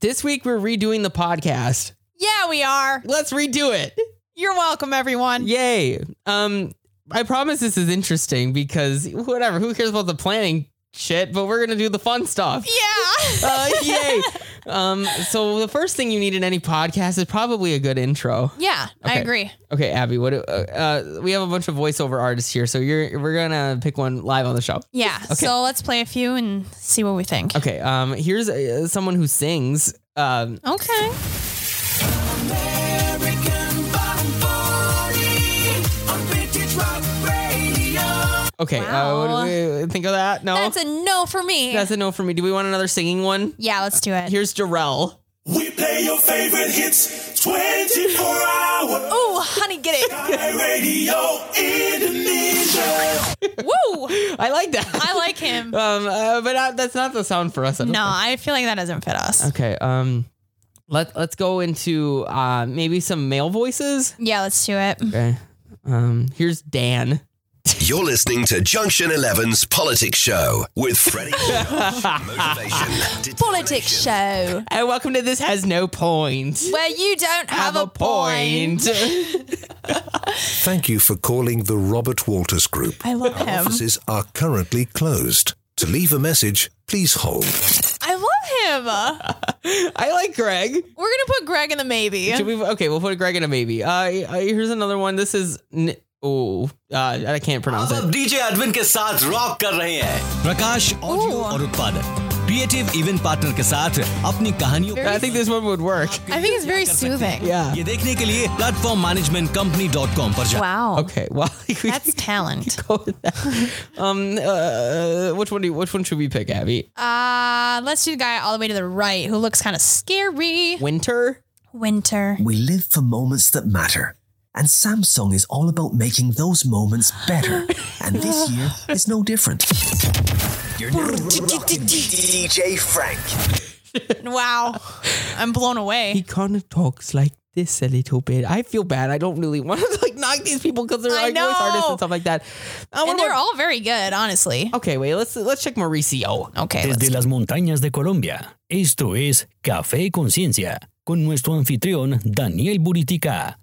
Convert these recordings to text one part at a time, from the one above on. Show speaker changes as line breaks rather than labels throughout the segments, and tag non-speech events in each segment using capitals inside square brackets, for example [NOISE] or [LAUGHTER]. This week we're redoing the podcast.
Yeah, we are.
Let's redo it.
You're welcome, everyone.
Yay. Um, I promise this is interesting because whatever, who cares about the planning shit, but we're gonna do the fun
[LAUGHS]
stuff.
Yeah.
Uh, yay. Um, so the first thing you need in any podcast is probably a good intro.
Yeah, I
Okay.
agree.
Okay, Abby, what? do- Uh, uh, we have a bunch of voiceover artists here, so you're we're gonna pick one live on the show.
Yeah. So let's play a few and see what we think.
Okay. Um, here's uh, someone who sings. Um,
Okay.
okay. Uh, what do we think of that? No,
That's a no for me.
That's a no for me. Do we want another singing one?
yeah, let's do it.
Here's Jarrell.
We play your favorite hits 24 hour
Oh, honey, get
[LAUGHS]
it.
radio Indonesia.
Woo.
I like that.
[LAUGHS] I like him.
um, uh, but uh, that's not the sound for us. I don't
No, I feel like that doesn't fit us.
Okay. Um, let let's go into uh maybe some male voices.
Yeah, let's do it.
Okay. Um, here's Dan.
You're listening to Junction 11's Politics Show with Freddie. Josh. Motivation,
Politics
determination,
show
And welcome to this has no point.
where you don't have, a, point.
Thank you for calling the Robert Walters Group.
I love him.
Offices are currently closed. To leave a message, please hold.
I love him.
[LAUGHS] I like Greg.
We're gonna put Greg in the maybe.
Should we? Okay, we'll put Greg in a maybe. Uh, uh, here's another one. This is n- oh, uh, I can't pronounce it.
DJ Arvind के साथ rock कर रहे हैं प्रकाश audio
Ooh.
और उत्पादक creative event partner के साथ अपनी कहानियों
I think this one would work.
I think it's very soothing.
Yeah.
ये देखने के लिए platform management company dot com पर जाएं।
Wow.
Okay. Well, [LAUGHS] we
That's
[LAUGHS]
talent.
go with that. Um, uh, which one? Do you, which one should we pick, Abby?
Uh, let's do the guy all the way to the right who looks kind of scary.
Winter.
Winter.
We live for moments that matter. And Samsung is all about making those moments better. And
[LAUGHS]
this year is no different. You're now rocking DJ Frank.
Wow. I'm blown
He
away.
kind of talks like this a little bit. I feel bad. I don't really want to [LAUGHS] like knock these people because they're
I
like voice artists
know.
and stuff like that. Uh, what
And they're
about-
all very good, honestly.
okay. Wait. Let's let's check Mauricio.
Okay.
Desde las
let's-
montañas de Colombia, esto es Café Conciencia con nuestro anfitrión Daniel Buritica.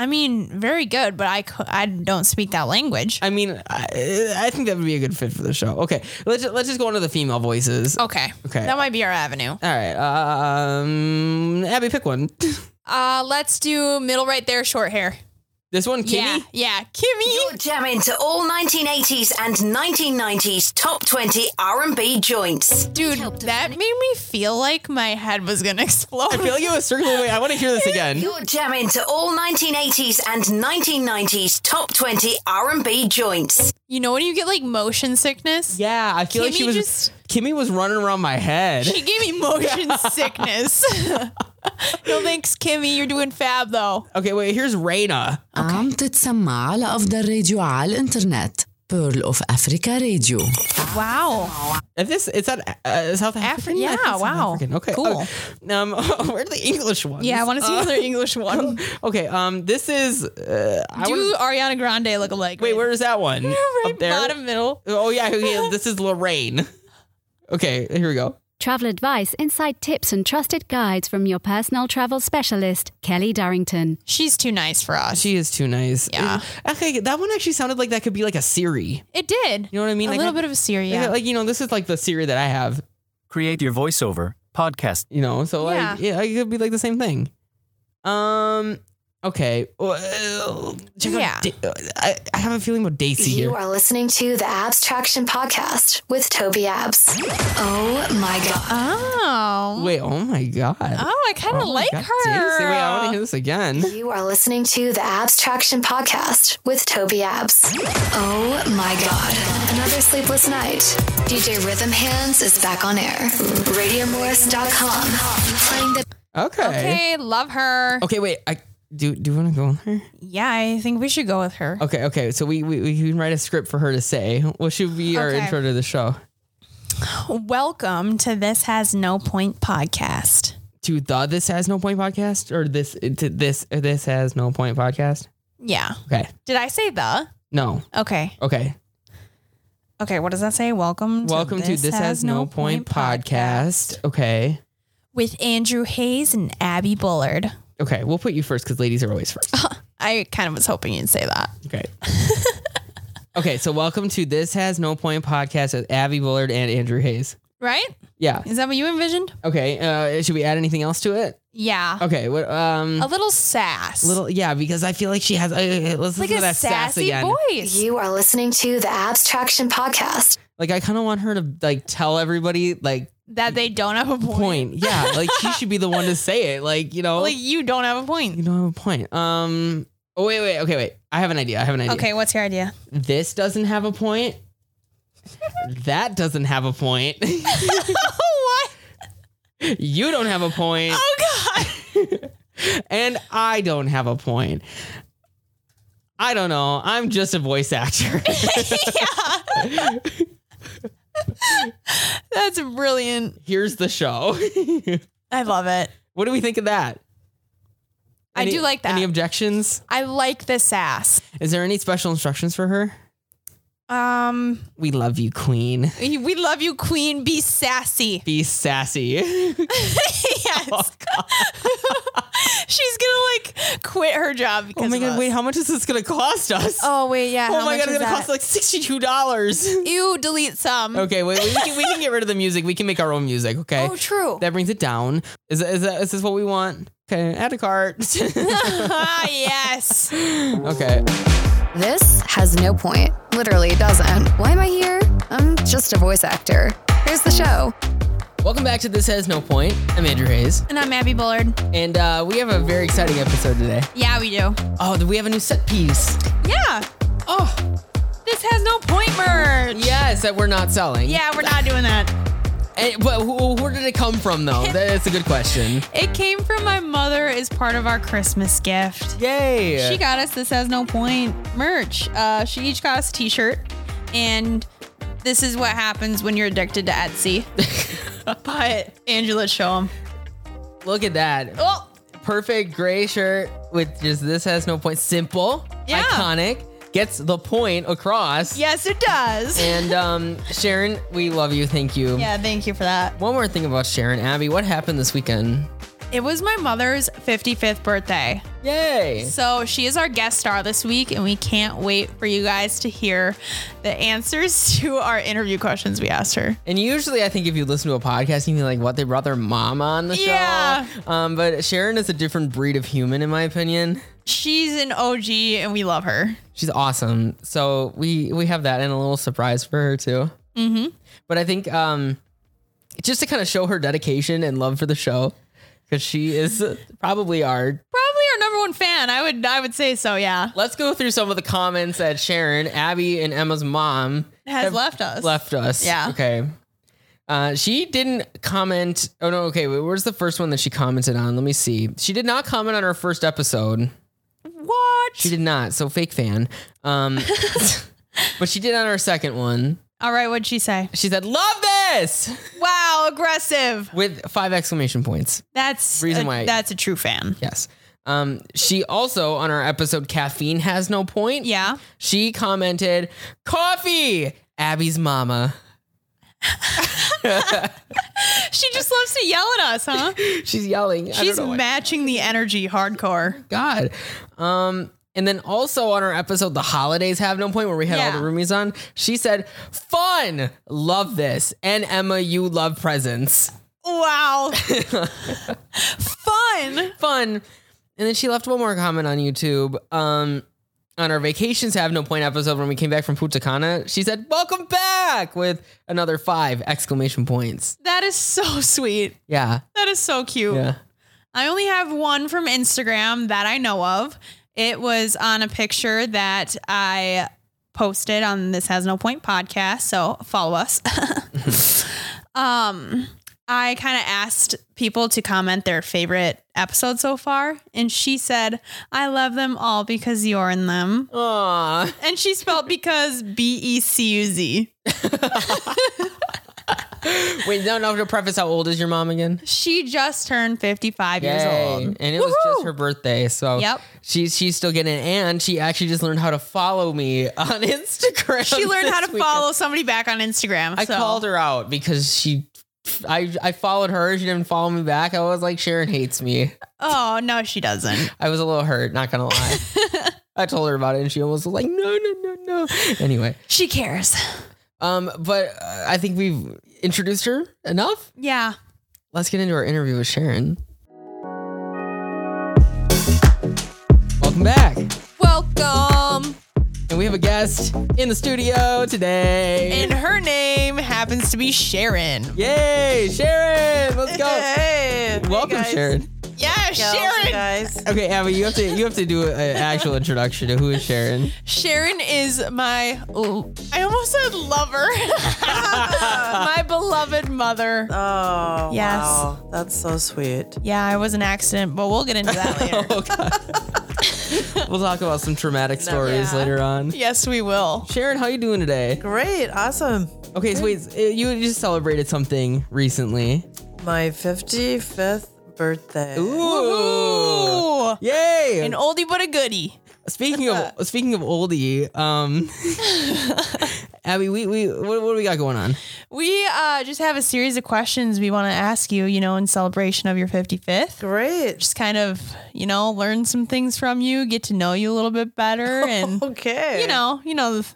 I mean, very good, but I, cou- I don't speak that language.
I mean, I, I think that would be a good fit for the show. Okay, let's let's just go into the female voices.
Okay.
Okay.
That might be our avenue.
All right, um, Abby, pick one. [LAUGHS]
Uh, let's do middle right there, short hair.
This one, Kimmy.
Yeah. Yeah. Kimmy.
Jam into all 1980s and 1990s top 20 R&B joints.
Dude, that made me feel like my head was going to [LAUGHS] explode.
I feel like it was circling away. I want to hear [LAUGHS] this again.
You're jamming to all 1980s and 1990s top 20 R&B joints.
you know when you get like motion sickness?
Yeah, I feel like she
Kimmy
was
just-
Kimmy was running around my head.
She gave me
[LAUGHS]
motion sickness. [LAUGHS] no thanks, Kimmy. You're doing fab though.
Okay, wait. Here's Raina.
عم تتسمع على أفضل راديو على الإنترنت Pearl of Africa Radio
Wow.
Is this is that uh, South African? I
yeah,
think South
wow.
African. Okay,
Cool.
okay. Um, [LAUGHS] where are the English ones?
Yeah, I want to see [LAUGHS] another English one.
Uh, okay, um, this is. Uh, I
Do
wanna,
Ariana Grande look alike?
wait, where is that one?
right
Up there.
bottom middle?
Oh yeah, yeah, this is Lorraine. Okay, here we go.
Travel advice, inside tips, and trusted guides from your personal travel specialist, Kelly Darrington.
She's too nice for us.
She is too nice.
Yeah.
Okay, that one actually sounded like that could be like a Siri.
it did.
You know what I mean?
A
Like
little
that-
bit of a Siri.
Like,
Yeah.
like, you know, this is like the Siri that I have.
create your voiceover podcast.
You know, so like
Yeah.
yeah, it could be like the same thing. Um. Okay. Well, check out
Yeah.
Da- I, I have a feeling about Daisy
You
here.
are listening to the Abstraction Podcast with Toby Abs. Oh my God.
oh.
Wait. Oh my god.
Oh, I kind of
Oh my
like
God,
her.
Daisy. Wait. I want to hear this again.
You are listening to the Abstraction Podcast with Toby Abs. Oh my God. Another sleepless night. DJ Rhythm Hands is back on air. RadioMorris.com. Playing the
Okay. Okay.
okay, love her.
wait. I do. Do you want to go on there?
Yeah, I think we should go with her.
Okay. Okay. So we, we we can write a script for her to say. What should be our
Okay.
intro to the show? Oh.
[LAUGHS] Welcome to This Has No Point podcast.
to the this has no point podcast or this to this this has no point podcast
Yeah.
okay
Did I say the?
no
Okay.
okay
Okay, what does that say? Welcome.
welcome to this has, no point podcast okay
with Andrew Hayes and Abby Bullard.
Okay, we'll put you first because ladies are always first.
Oh. I kind of was hoping you'd say that.
Okay. [LAUGHS] okay, so welcome to This Has No Point podcast with Abby Bullard and Andrew Hayes.
Right?
Yeah.
Is that what you envisioned?
Okay, uh, should we add anything else to it?
Yeah.
Okay, what um
A little sass.
little yeah, because I feel like she has uh, let's
Like
listen
a
to that sass
sassy
again.
voice.
You are listening to the Abstraction Podcast.
Like I kind of want her to like tell everybody like
That they don't have a point.
point. Yeah, like she should be the one to say it. Like, you know,
[LAUGHS] Like you don't have a point.
you don't have a point. Um Oh wait, wait, okay, wait. I have an idea. I have an idea.
Okay, what's your idea? [LAUGHS]
This doesn't have a point. that doesn't have a point. [LAUGHS]
Oh, what?
you don't have a point.
Oh god. [LAUGHS]
and I don't have a point. I don't know. I'm just a voice actor. [LAUGHS]
That's brilliant.
Here's the show.
I love it.
what do we think of that?
I
Any-
do like that.
Any objections?
I like the sass.
Is there any special instructions for her?
Um
We love you, Queen.
we love you, Queen. Be sassy.
Be sassy.
yes.
Oh,
[LAUGHS] She's gonna like quit her job. Because
oh my
of
god!
us.
Wait, how much is this gonna cost us?
Oh wait, yeah.
Oh
how
my
much
god! It's
is
gonna
that?
cost like sixty-two dollars.
Ew, delete some.
Okay, wait, wait, we can we can get rid of the music. We can make our own music. Okay.
Oh, true.
That brings it down. Is that, is that is this what we want? Okay, add a cart.
[LAUGHS]
[LAUGHS]
yes.
okay.
This has no point. Literally doesn't. Why am I here? I'm just a voice actor. Here's the show.
Welcome back to This Has No Point. I'm Andrew Hayes,
And I'm Abby Bullard.
and uh, we have a very exciting episode today.
Yeah, we do.
Oh, we have a new set piece.
Yeah. Oh, this has no point merch.
Yes, that we're not selling.
Yeah, we're not doing that.
And, but who, where did it come from,
[LAUGHS]
though? That's a good question.
It came from my mother as part of our Christmas gift.
Yay!
She got us this has no point merch. Uh, she each got us a T-shirt, and this is what happens when you're addicted to [LAUGHS] Etsy. but Angela, show them.
Look at that.
Oh,
Perfect gray shirt with just This Has No Point. Simple,
Yeah.
iconic, gets the point across.
yes, it does.
And um, Sharon, we love you. Thank you.
Yeah, thank you for that.
One more thing about Sharon. Abby, what happened this weekend?
It was my mother's 55th birthday.
Yay!
So she is our guest star this week, and we can't wait for you guys to hear the answers [LAUGHS] to our interview questions we asked her.
And usually, I think if you listen to a podcast, you can be like, what, they brought their mom on the
Yeah.
show? Um, but Sharon is a different breed of human, in my opinion.
She's an OG, and we love her.
She's awesome. So we we have that and a little surprise for her too. Mm-hmm. But I think um, just to kind of show her dedication and love for the show, because she is probably our.
Probably our number one fan. I would, I would say so. Yeah,
Let's go through some of the comments that Sharon, Abby, and Emma's mom
has
have
left us.
left us.
Yeah.
Okay. Uh, she didn't comment. Oh no. Okay. Wait, where's the first one that she commented on? Let me see. She did not comment on our first episode.
What?
She did not. So fake fan.
[LAUGHS]
Um, but she did on our second one.
All right, what'd she say?
She said, "Love this!"
Wow, aggressive.
with five exclamation points.
That's
Reason
a,
why-
That's a true fan.
Yes. Um, she also on our episode "Caffeine Has No Point."
Yeah.
She commented, "Coffee." Abby's mama. [LAUGHS]
She just loves to yell at us,
[LAUGHS]
huh?
She's yelling. I don't
She's
know why.
matching the energy hardcore.
God. Um, and then also on our episode, the holidays have no point where we had
Yeah.
all the roomies on. She said, "Fun, love this, and Emma, you love presents, [LAUGHS]
Wow. Fun.
fun." And then she left one more comment on YouTube. Um, on our vacations have no point episode when we came back from Putacana, she said, "Welcome back!" with another five exclamation points.
That is so sweet.
Yeah,
That is so cute.
yeah.
I only have one from Instagram that I know of. It was on a picture that I posted on this Has No Point podcast. So follow us. [LAUGHS] um, I kind of asked people to comment their favorite episode so far. And she said, I love them all because you're in them.
Aw,
And she spelled because B E C U Z.
wait, no, no. To preface, how old is your mom again?
She just turned 55 years
Yay.
old.
And it was just
Woohoo!
her birthday. So
Yep.
she's she's still getting it. And she actually just learned how to follow me [LAUGHS] on Instagram.
She learned how to
this weekend.
follow somebody back on Instagram.
I
so.
called her out because she I I followed her. She didn't follow me back. I was like, Sharon hates me.
Oh no, she doesn't.
I was a little hurt. Not gonna
[LAUGHS]
lie. I told her about it, and she almost was like, no, no, no, no. Anyway,
she cares.
Um, but uh, I think we've introduced her enough.
Yeah.
Let's get into our interview with Sharon. Welcome back.
Welcome.
And we have a guest in the studio today.
And her name happens to be Sharon.
Yay, Sharon! Let's go.
Hey,
Welcome,
guys.
Sharon.
Yeah, Sharon.
guys.
Okay, Abby, you have to you have to do an [LAUGHS] actual introduction to who is Sharon.
Sharon is my, oh, I almost said lover, [LAUGHS] my beloved mother.
Oh,
yes.
wow. That's so sweet.
Yeah, it was an accident, but we'll get into that
[LAUGHS]
later.
We'll talk about some traumatic stories later on.
yes, we will.
Sharon, how you doing today?
Great. Awesome.
Okay, so wait, uh, you just celebrated something recently.
My 55th birthday.
Ooh.
Ooh.
Yay!
An oldie but a goodie.
Speaking [LAUGHS] of speaking of oldie, [LAUGHS] um, Abby, we we what, what do we got going on?
We uh, just have a series of questions we want to ask you, you know, in celebration of your 55th.
Great.
Just kind of, you know, learn some things from you, get to know you a little bit better. And,
Okay.
you know, you know. the-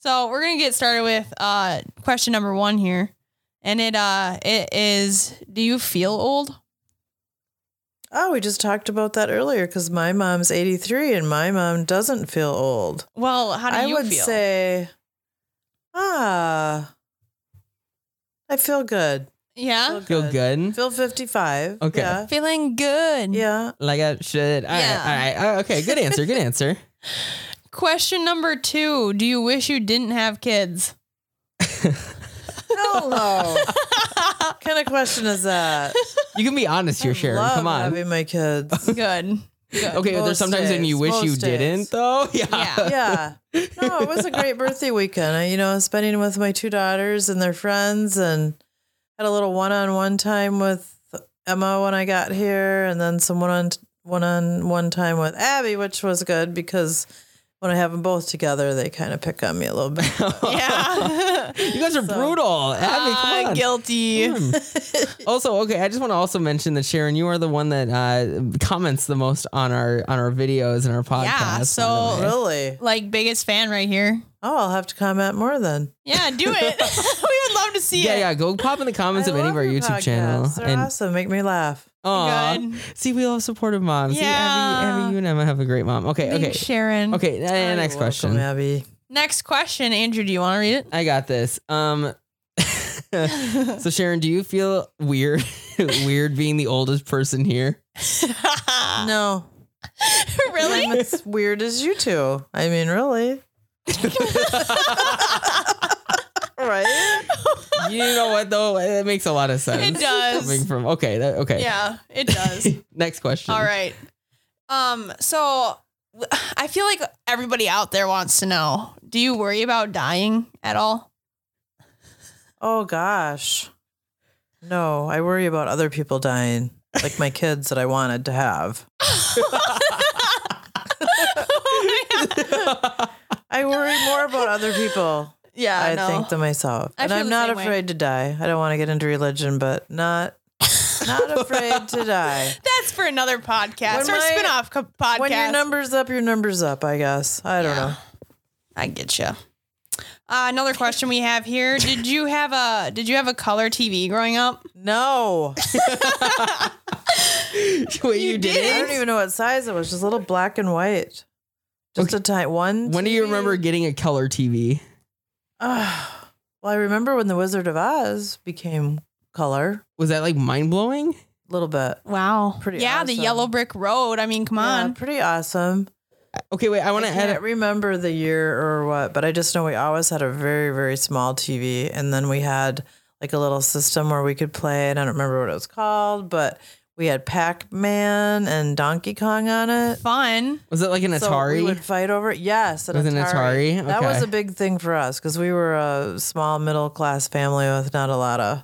So we're going to get started with uh, question number one here. And it uh, it is, do you feel old?
Oh, we just talked about that earlier because my mom's 83 and my mom doesn't feel old.
Well, how do
I
you
would
feel?
say, ah, I feel good.
yeah.
Feel good?
Feel 55.
Okay.
Yeah.
Feeling good.
yeah.
Like I should. All right,
Yeah.
all right, all right, okay. Good answer. Good answer.
Question number two Do you wish you didn't have kids?
Hello.
[LAUGHS]
what kind of question is that?
You can be honest
[LAUGHS]
here, Sharon.
Love
Come on.
having my kids.
Good. Good.
Okay, there's
Most
sometimes when you
days,
wish you
most days.
didn't, though. [LAUGHS] Yeah.
Yeah.
yeah. No, it was a great birthday weekend. I, you know, spending with my two daughters and their friends and had a little one-on-one time with Emma when I got here and then some one-on one-on-one time with Abby, which was good because when I have them both together, they kind of pick on me a
[LAUGHS]
little bit.
Oh,
Yeah.
You guys are brutal. Abby,
[LAUGHS]
come
Ah,
on. Hmm.
guilty.
also, okay, I just want to also mention that Sharon, you are the one that uh, comments the most on our on our videos and our podcast. by
Yeah.
the
So,
way.
really?
like, biggest fan right here.
Oh, I'll have to comment more then.
Yeah, do [LAUGHS] it. we would love to see
yeah,
it.
yeah. Go pop in the comments
I
of any of our
love your
YouTube channel.
podcasts. They're awesome. Make me laugh.
Aw.
Good.
see, we love supportive moms. See, Abby,
Yeah.
Abby, you and Emma have a great mom. Okay,
Thanks,
okay,
Sharon.
okay. uh,
You're
next
welcome,
question.
Abby.
Next question, Andrew. Do you want to read it?
I got this. Um, [LAUGHS] so Sharon, do you feel weird, [LAUGHS] weird being the oldest person here?
No, [LAUGHS] I'm
[LAUGHS] really?
as weird as you two. I mean,
[LAUGHS]
really. right?
You know what though? That makes a lot of sense.
It does.
Coming from okay, that, okay.
yeah, it does.
[LAUGHS] Next question. [LAUGHS]
All right. Um, so I feel like everybody out there wants to know, do you worry about dying at all?
Oh gosh. No, I worry about other people dying, like my kids that I wanted to have. [LAUGHS] I worry more about other people,
Yeah,
I think, than myself.
I
and
feel
I'm
the
not
same way.
afraid to die. I don't want to get into religion, but not
[LAUGHS]
not afraid to die.
That's for another podcast
When
or a
my-
spin-off co- podcast.
When your number's up, your number's up, I guess. I don't
Yeah.
know.
I get you. Uh, another question we have here: Did you have a Did you have a color TV growing up?
[LAUGHS]
No.
Wait, you,
did
did it?
I don't even know what size it was. Just a little black and white. Just a tight one.
When do you remember getting a color TV?
Ah, [SIGHS] well, I remember when The Wizard of Oz became color.
Was that like mind blowing?
A little bit.
Wow,
Pretty
Yeah, the
awesome.
yellow brick road. I mean, come
Yeah,
on.
pretty awesome.
Okay, wait. I
I
want to add.
can't remember the year or what, but I just know we always had a very, very small TV. And then we had like a little system where we could play. And I don't remember what it was called, but we had Pac Man and Donkey Kong on it.
Fun.
Was it like an
So
Atari?
we would fight over it. Yes, an
Was it an Atari?
That was
Okay.
a big thing for us because we were a small middle class family with not a lot of,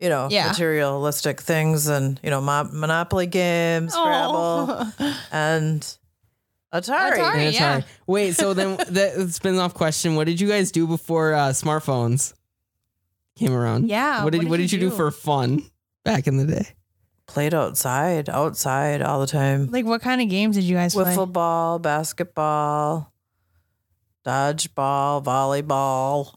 you know,
Yeah.
materialistic things and you know mo- Monopoly games,
Oh. [LAUGHS]
Scrabble,
Oh.
and Atari.
Atari.
An
yeah.
Wait, so then that spin off question: What did you guys do before uh, smartphones? came around.
Yeah,
What did, what did you do, for fun back in the day?
Played outside, outside all the time.
[LAUGHS] Like, what kind of games did you guys play?
Wiffle ball, basketball, dodgeball, volleyball,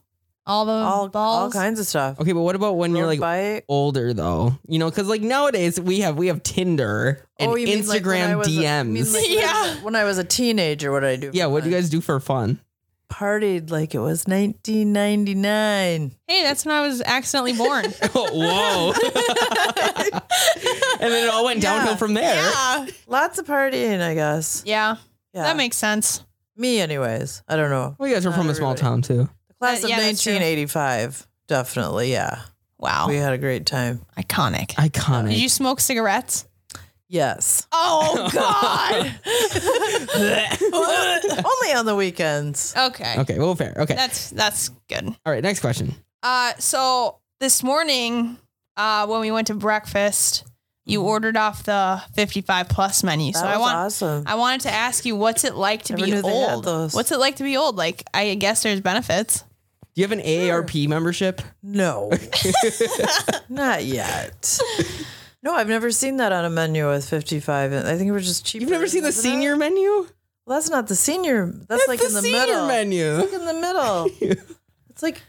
all the
all, all
balls?
kinds of stuff.
Okay, but what about when Oh, you're like older though? You know, because like nowadays we have we have Tinder and
Oh, like, when I
Instagram
was a- you mean,
DMs.
like, when I was a- When I was a teenager, what did I do?
[LAUGHS] yeah, what do you guys do for
[LAUGHS]
fun? [LAUGHS]
Partied like it was 1999.
Hey, that's when I was accidentally
[LAUGHS]
born.
Whoa. [LAUGHS] and then it all went downhill from there.
Yeah.
Lots of partying, I guess.
Yeah.
Yeah.
That makes sense.
Me, anyways. I don't know.
Well, you guys were
Not
from a small
everybody.
town too.
The class
Uh,
of
yeah, that's true.
1985. Definitely, yeah.
Wow.
We had a great time.
Iconic.
Iconic.
Did you smoke cigarettes? [LAUGHS]
Yes.
Oh God.
Only on the weekends.
okay.
Okay, well fair. Okay.
That's that's good.
all right, next question.
Uh, so this morning, uh, when we went to breakfast, you ordered off the 55 plus menu. so
Mm-hmm. That
I
was
want,
awesome.
I wanted to ask you, what's it like to
Never
be
knew they had
old?
those.
What's it like to be old? Like, I guess there's benefits.
Do you have an AARP membership? [LAUGHS]
No. [LAUGHS] Not yet. No, I've never seen that on a menu with 55. I think it was just cheap. You've never seen
the senior menu? Well,
that's not the senior. That's, like
the
in the
senior
middle.
menu.
[LAUGHS] It's like in
[LAUGHS]
the middle. it's like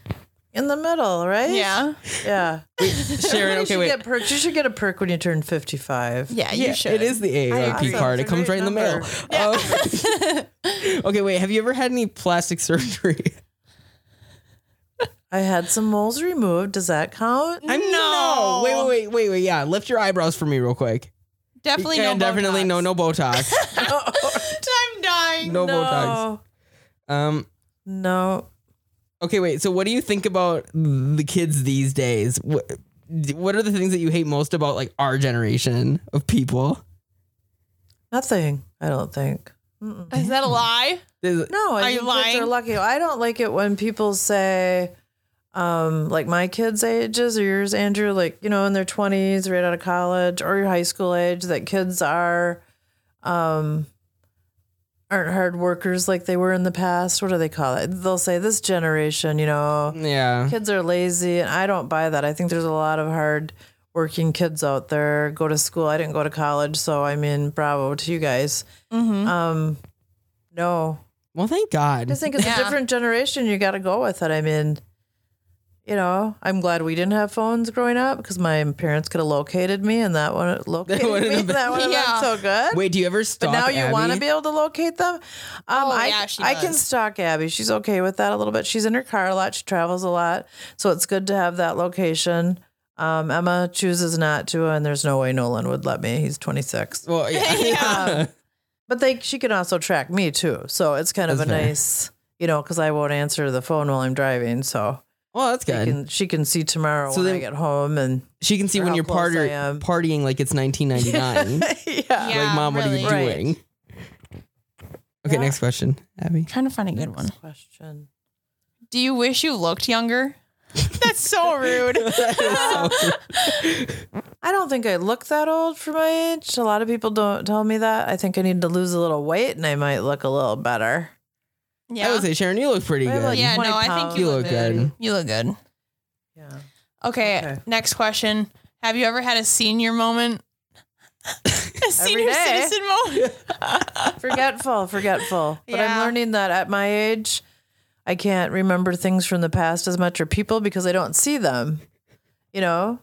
in the middle, right?
Yeah.
Yeah.
Sharon,
You
okay,
should
wait.
Get perks. You should get a perk when you turn 55.
Yeah,
It is the AARP
Awesome.
card. It
It's a
comes right
great
in the mail. Um, okay, wait. Have you ever had any plastic surgery?
I had some moles removed. Does that count?
I'm no. [LAUGHS] Wait, wait, wait, wait, wait. Yeah, lift your eyebrows for me real quick.
Definitely no
Yeah, definitely
Botox.
no, no Botox.
I'm dying.
no, Botox. Um,
no.
Okay, wait. So, what do you think about the kids these days? What What are the things that you hate most about like our generation of people?
Nothing. I don't think.
Is that a lie?
There's-
No, I
Are you
think kids
lying?
are lucky. I don't like it when people say, um, like my kids' ages or yours, Andrew, like, you know, in their 20s, right out of college or your high school age, that kids are, um, aren't hard workers like they were in the past. What do they call it? They'll say this generation, you know,
Yeah.
Mm-hmm.
kids are lazy. And I don't buy that. I think there's a lot of hard working kids out there go to school. I didn't go to college. So, I mean, bravo to you guys.
Mm-hmm.
Um, no,
Well, thank God.
I just think it's a different generation. You got to go with it. I mean, you know, I'm glad we didn't have phones growing up because my parents could have located me, and that one located
wouldn't
me.
have been-
that would have
Yeah.
been so good.
Wait, do you ever stalk?
but now you want to
Abby?
be able to locate them. Um, I
Oh, yeah, she
I can
does.
stalk Abby. She's okay with that a little bit. She's in her car a lot. She travels a lot, so it's good to have that location. Um, Emma chooses not to, and there's no way Nolan would let me. He's 26.
Well, yeah.
Yeah.
But they she can also track me too. So it's kind of
That's
a
fair.
nice, you know, because I won't answer the phone while I'm driving. So
[LAUGHS] Well, that's
she
good.
can she can see tomorrow
So
when
then-
I get
[LAUGHS]
home and
she can see
or
when
how
you're
close
party-
I am.
partying like it's 1999.
[LAUGHS]
[LAUGHS]
yeah.
Yeah,
like, mom, what are you
really.
doing? Okay, next question,
[LAUGHS]
Abby. [LAUGHS]
trying to find a good one.
Question.
Do you wish you looked younger? [LAUGHS] That's so rude.
I don't think I look that old for my age. A lot of people don't tell me that. I think I need to lose a little weight and I might look a little better.
I
Yeah.
would say, Sharon, you look pretty
I have,
good.
like,
Yeah, no,
20
I think
pounds.
you look good.
You look good.
Yeah.
Okay,
Okay.
next question. Have you ever had a senior moment? a senior
day.
citizen
[LAUGHS]
moment?
forgetful, forgetful. But I'm
Yeah.
learning that at my age, I can't remember things from the past as much or people because I don't see them. You know,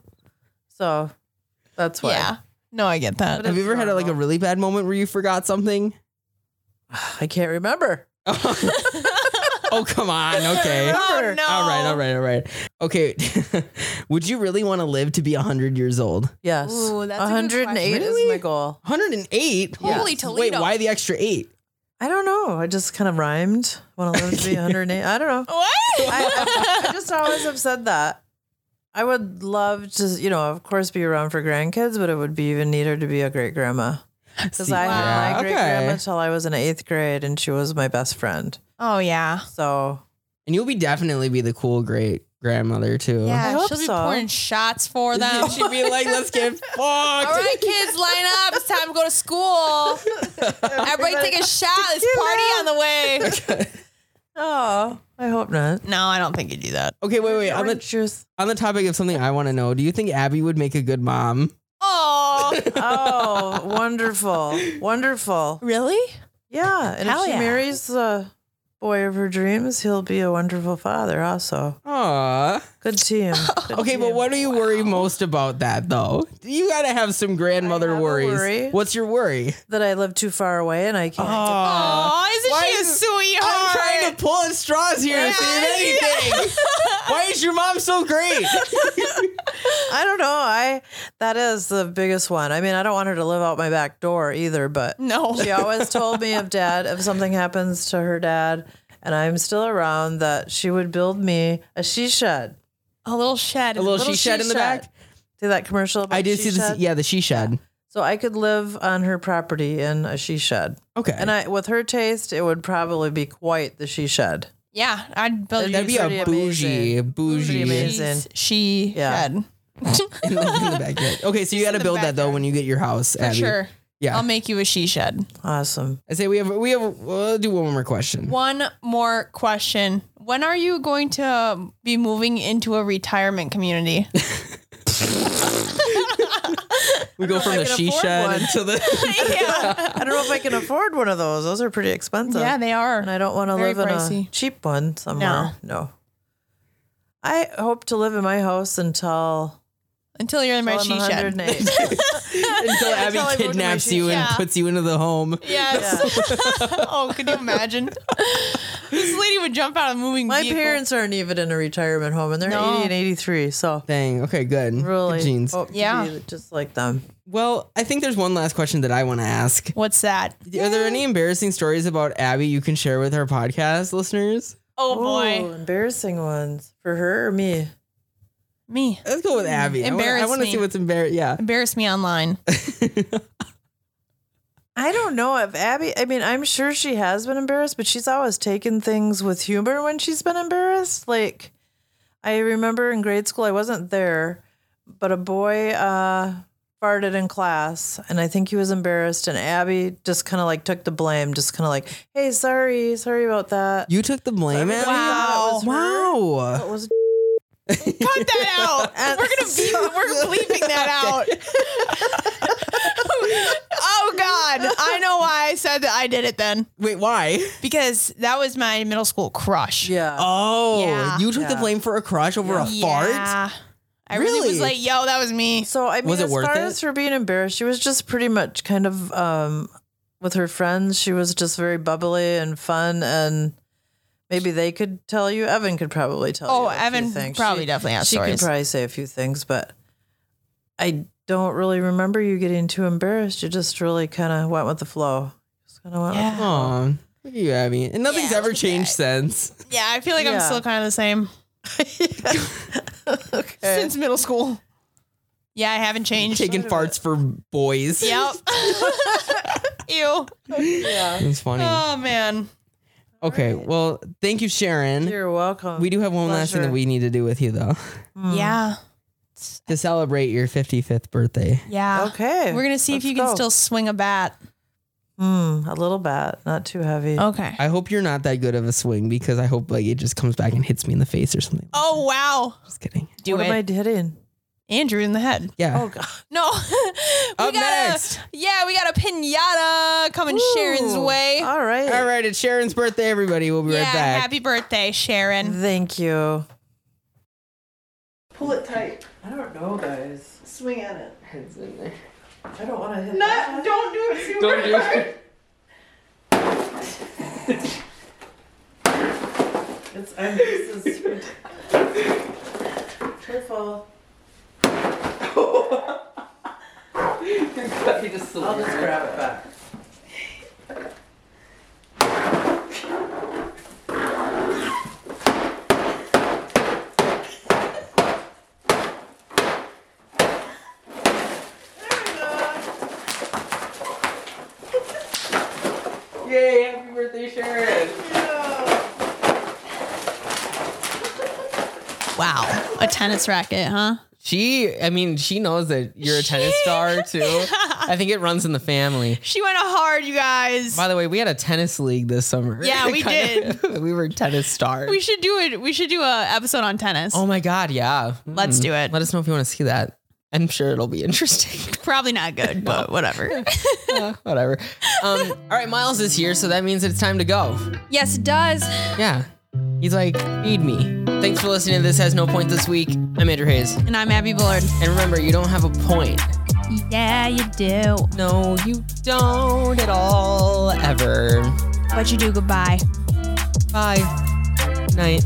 so that's why.
Yeah. No, I get that.
But
Have you ever had like a really bad moment where you forgot
[LAUGHS]
something?
I can't remember.
[LAUGHS] Oh, come on. Okay.
Oh, [LAUGHS]
remember.
no.
All right, all right, all right. Okay. [LAUGHS] Would you really want to live to be 100 years old?
Yes,
Ooh, that's a good
108
question.
is my goal.
108?
Holy
Wait,
Toledo.
why the extra
[LAUGHS]
eight?
I don't know. I just kind of rhymed. Want to
[LAUGHS]
live to be 108? I don't know.
What?
[LAUGHS] I, I just always have said that. I would love to, you know, of course, be around for grandkids, but it would be even neater to be a great grandma. Because
See,
I
yeah,
had my
okay.
great grandma till I was in eighth grade, and she was my best friend.
Oh yeah.
So
And you'll be definitely be the cool great grandmother too.
I hope
she'll be
so.
pouring shots for them. She'd
She'd
be-
be like, let's [LAUGHS] get fucked.
All right, kids, line up. It's time to go
[LAUGHS]
to school. Everybody take a shot. There's party on the way.
Oh, I hope
[LAUGHS]
not.
No, I don't think you do that.
Okay, wait, wait. On the, on the topic of something I want to know, do you think Abby would make a good mom?
Oh,
[LAUGHS]
oh, wonderful, wonderful.
Really?
Yeah, and
Hell
if she
yeah.
marries the boy of her dreams, he'll be a wonderful father. Also,
Aw. [LAUGHS]
good team. Good
Okay, but
team.
what do you worry most about that though? You gotta have some grandmother worries.
worry.
What's your worry?
that I live too far away and I can't.
Aw.
Oh, isn't she a sweetheart?
I'm trying to pull at straws here and see [LAUGHS] if anything. Why is your mom so [LAUGHS] great?
I don't know. I that is the biggest one. I mean, I don't want her to live out my back door either, but
No.
She always told me if dad if something happens to her dad and I'm still around that she would build me a she shed.
A little shed.
A little she shed in the back?
See that commercial about
I did see the
shed?
yeah the she shed.
So I could live on her property in a she shed.
Okay.
And I with her taste, it would probably be quite the she shed.
Yeah, I'd build you
That'd be a
pretty
bougie, bougie
amazing.
amazing. She shed. [LAUGHS]
in the, in the [LAUGHS] backyard. Okay, so you got to build that though when you get your house.
For
Abby.
sure.
Yeah.
I'll make you a she shed.
Awesome. [LAUGHS]
I say we have we have. We'll do one more question.
One more question. When are you going to be moving into a retirement
[LAUGHS]
community?
We go from the she shed into the.
I don't know if I can afford one of those. Those are pretty expensive.
yeah, they are.
And I don't want to
Very
live in
pricey.
a cheap one somewhere. No. I hope to live in my house until
Until you're in my
until
she
I'm
shed.
108.
[LAUGHS]
Until Abby
Until I moved to my
kidnaps
she-
you and
yeah.
puts you into the home.
Yes. [LAUGHS] oh, could you
[LAUGHS]
imagine? this lady would jump out of a moving
my
vehicle.
parents aren't even in a retirement home, and they're
No.
80 and 83. So
Dang. Okay. Good. Good
really, Oh.
Jeans.
hope to
Yeah.
be just like them.
Well, I think there's one last question that I want to ask.
What's that?
Are there any embarrassing stories about Abby you can share with our podcast listeners?
Oh
Ooh,
boy.
embarrassing ones for her or me.
Me.
Let's go with Abby. I wanna- I
Embarrass
want to
me.
see what's embarrassing. Yeah.
Embarrass me online.
I don't know if Abby. I mean, I'm sure she has been embarrassed, but she's always taken things with humor when she's been embarrassed. Like, I remember in grade school, I wasn't there, but a boy uh, farted in class, and I think he was embarrassed. And Abby just kind of like took the blame, just kind of like, "Hey, sorry, sorry about that."
You took the blame, Abby.
Wow.
Wow.
That was
Cut
[LAUGHS]
that out. we're gonna be we're bleeping that out. [LAUGHS] oh God. I know why I said that I did it then.
Wait. Why?
Because that was my middle school crush.
yeah.
Oh,
Yeah.
you took the
Yeah.
blame for a crush over a fart?
Yeah. I really?
Really?
was like, yo, that was me.
So I mean,
Was it
as
worth
far
it?
as her being embarrassed, she was just pretty much kind of um, with her friends. She was just very bubbly and fun, and maybe they could tell you. Evan could probably tell you.
Oh,
a few
Evan
things.
probably
She-
definitely has
She
stories.
could probably say a few things, but I don't really remember you getting too embarrassed. You just really kind of went with the flow. Just kind of went.
Yeah.
With
Aw, look at you, Abby. And nothing's
Yeah,
ever
look at
changed since.
Yeah, I feel like I'm
Yeah.
still kind of the
[LAUGHS]
same since middle school. Yeah, I haven't changed.
Taking farts for boys.
[LAUGHS]
[LAUGHS]
Yep. Ew.
That's funny.
Oh man.
okay, well, thank you,
the
Sharon.
You're welcome.
We do have one last thing that
Pleasure.
we need to do with you, though,
hmm.
Yeah.
to celebrate your 55th birthday.
Yeah.
Okay,
We're gonna see if
let's
you can
go.
still swing a bat.
Mm, a little bit, not too heavy.
Okay.
I hope you're not that good of a swing because I hope like it just comes back and hits me in the face or something.
Oh wow.
Just kidding.
Do
what
it.
am I hitting?
Andrew in the head.
Yeah.
Oh God.
No. [LAUGHS] we
Up
got
next.
A, yeah, we got a pinata coming Sharon's
Ooh,
way.
All right.
All right, it's Sharon's birthday, everybody. We'll be
yeah.
right back.
Happy birthday, Sharon.
Thank you.
Pull it tight.
I don't know, guys.
Swing on it.
I don't want to hit
No, don't do it super don't do hard.
[LAUGHS] It's, I'm, this is [LAUGHS] careful. I'll just grab it back.
Yay, happy birthday, Sharon.
Wow. A tennis racket, huh?
She, I mean, she knows that you're a tennis star too. [LAUGHS] I think it runs in the family.
She went hard, you guys.
By the way, we had a tennis league this summer. [LAUGHS]
Yeah, we
Kinda- we were tennis stars.
We should do it. We should do a episode on tennis.
oh my god, yeah.
Let's do
it. Let us know if you want to see that. I'm sure it'll be interesting. [LAUGHS]
Probably not good, but whatever.
Uh, whatever. Um, all right, Miles is here, so that means it's time to go.
yes, it does.
Yeah. He's like, feed me. Thanks for listening to This Has No Point This Week. I'm Andrew Hayes.
And I'm Abby Bullard.
And remember, you don't have a point.
Yeah, you do.
No, you don't at all, ever.
But you do. Goodbye.
Bye. Night.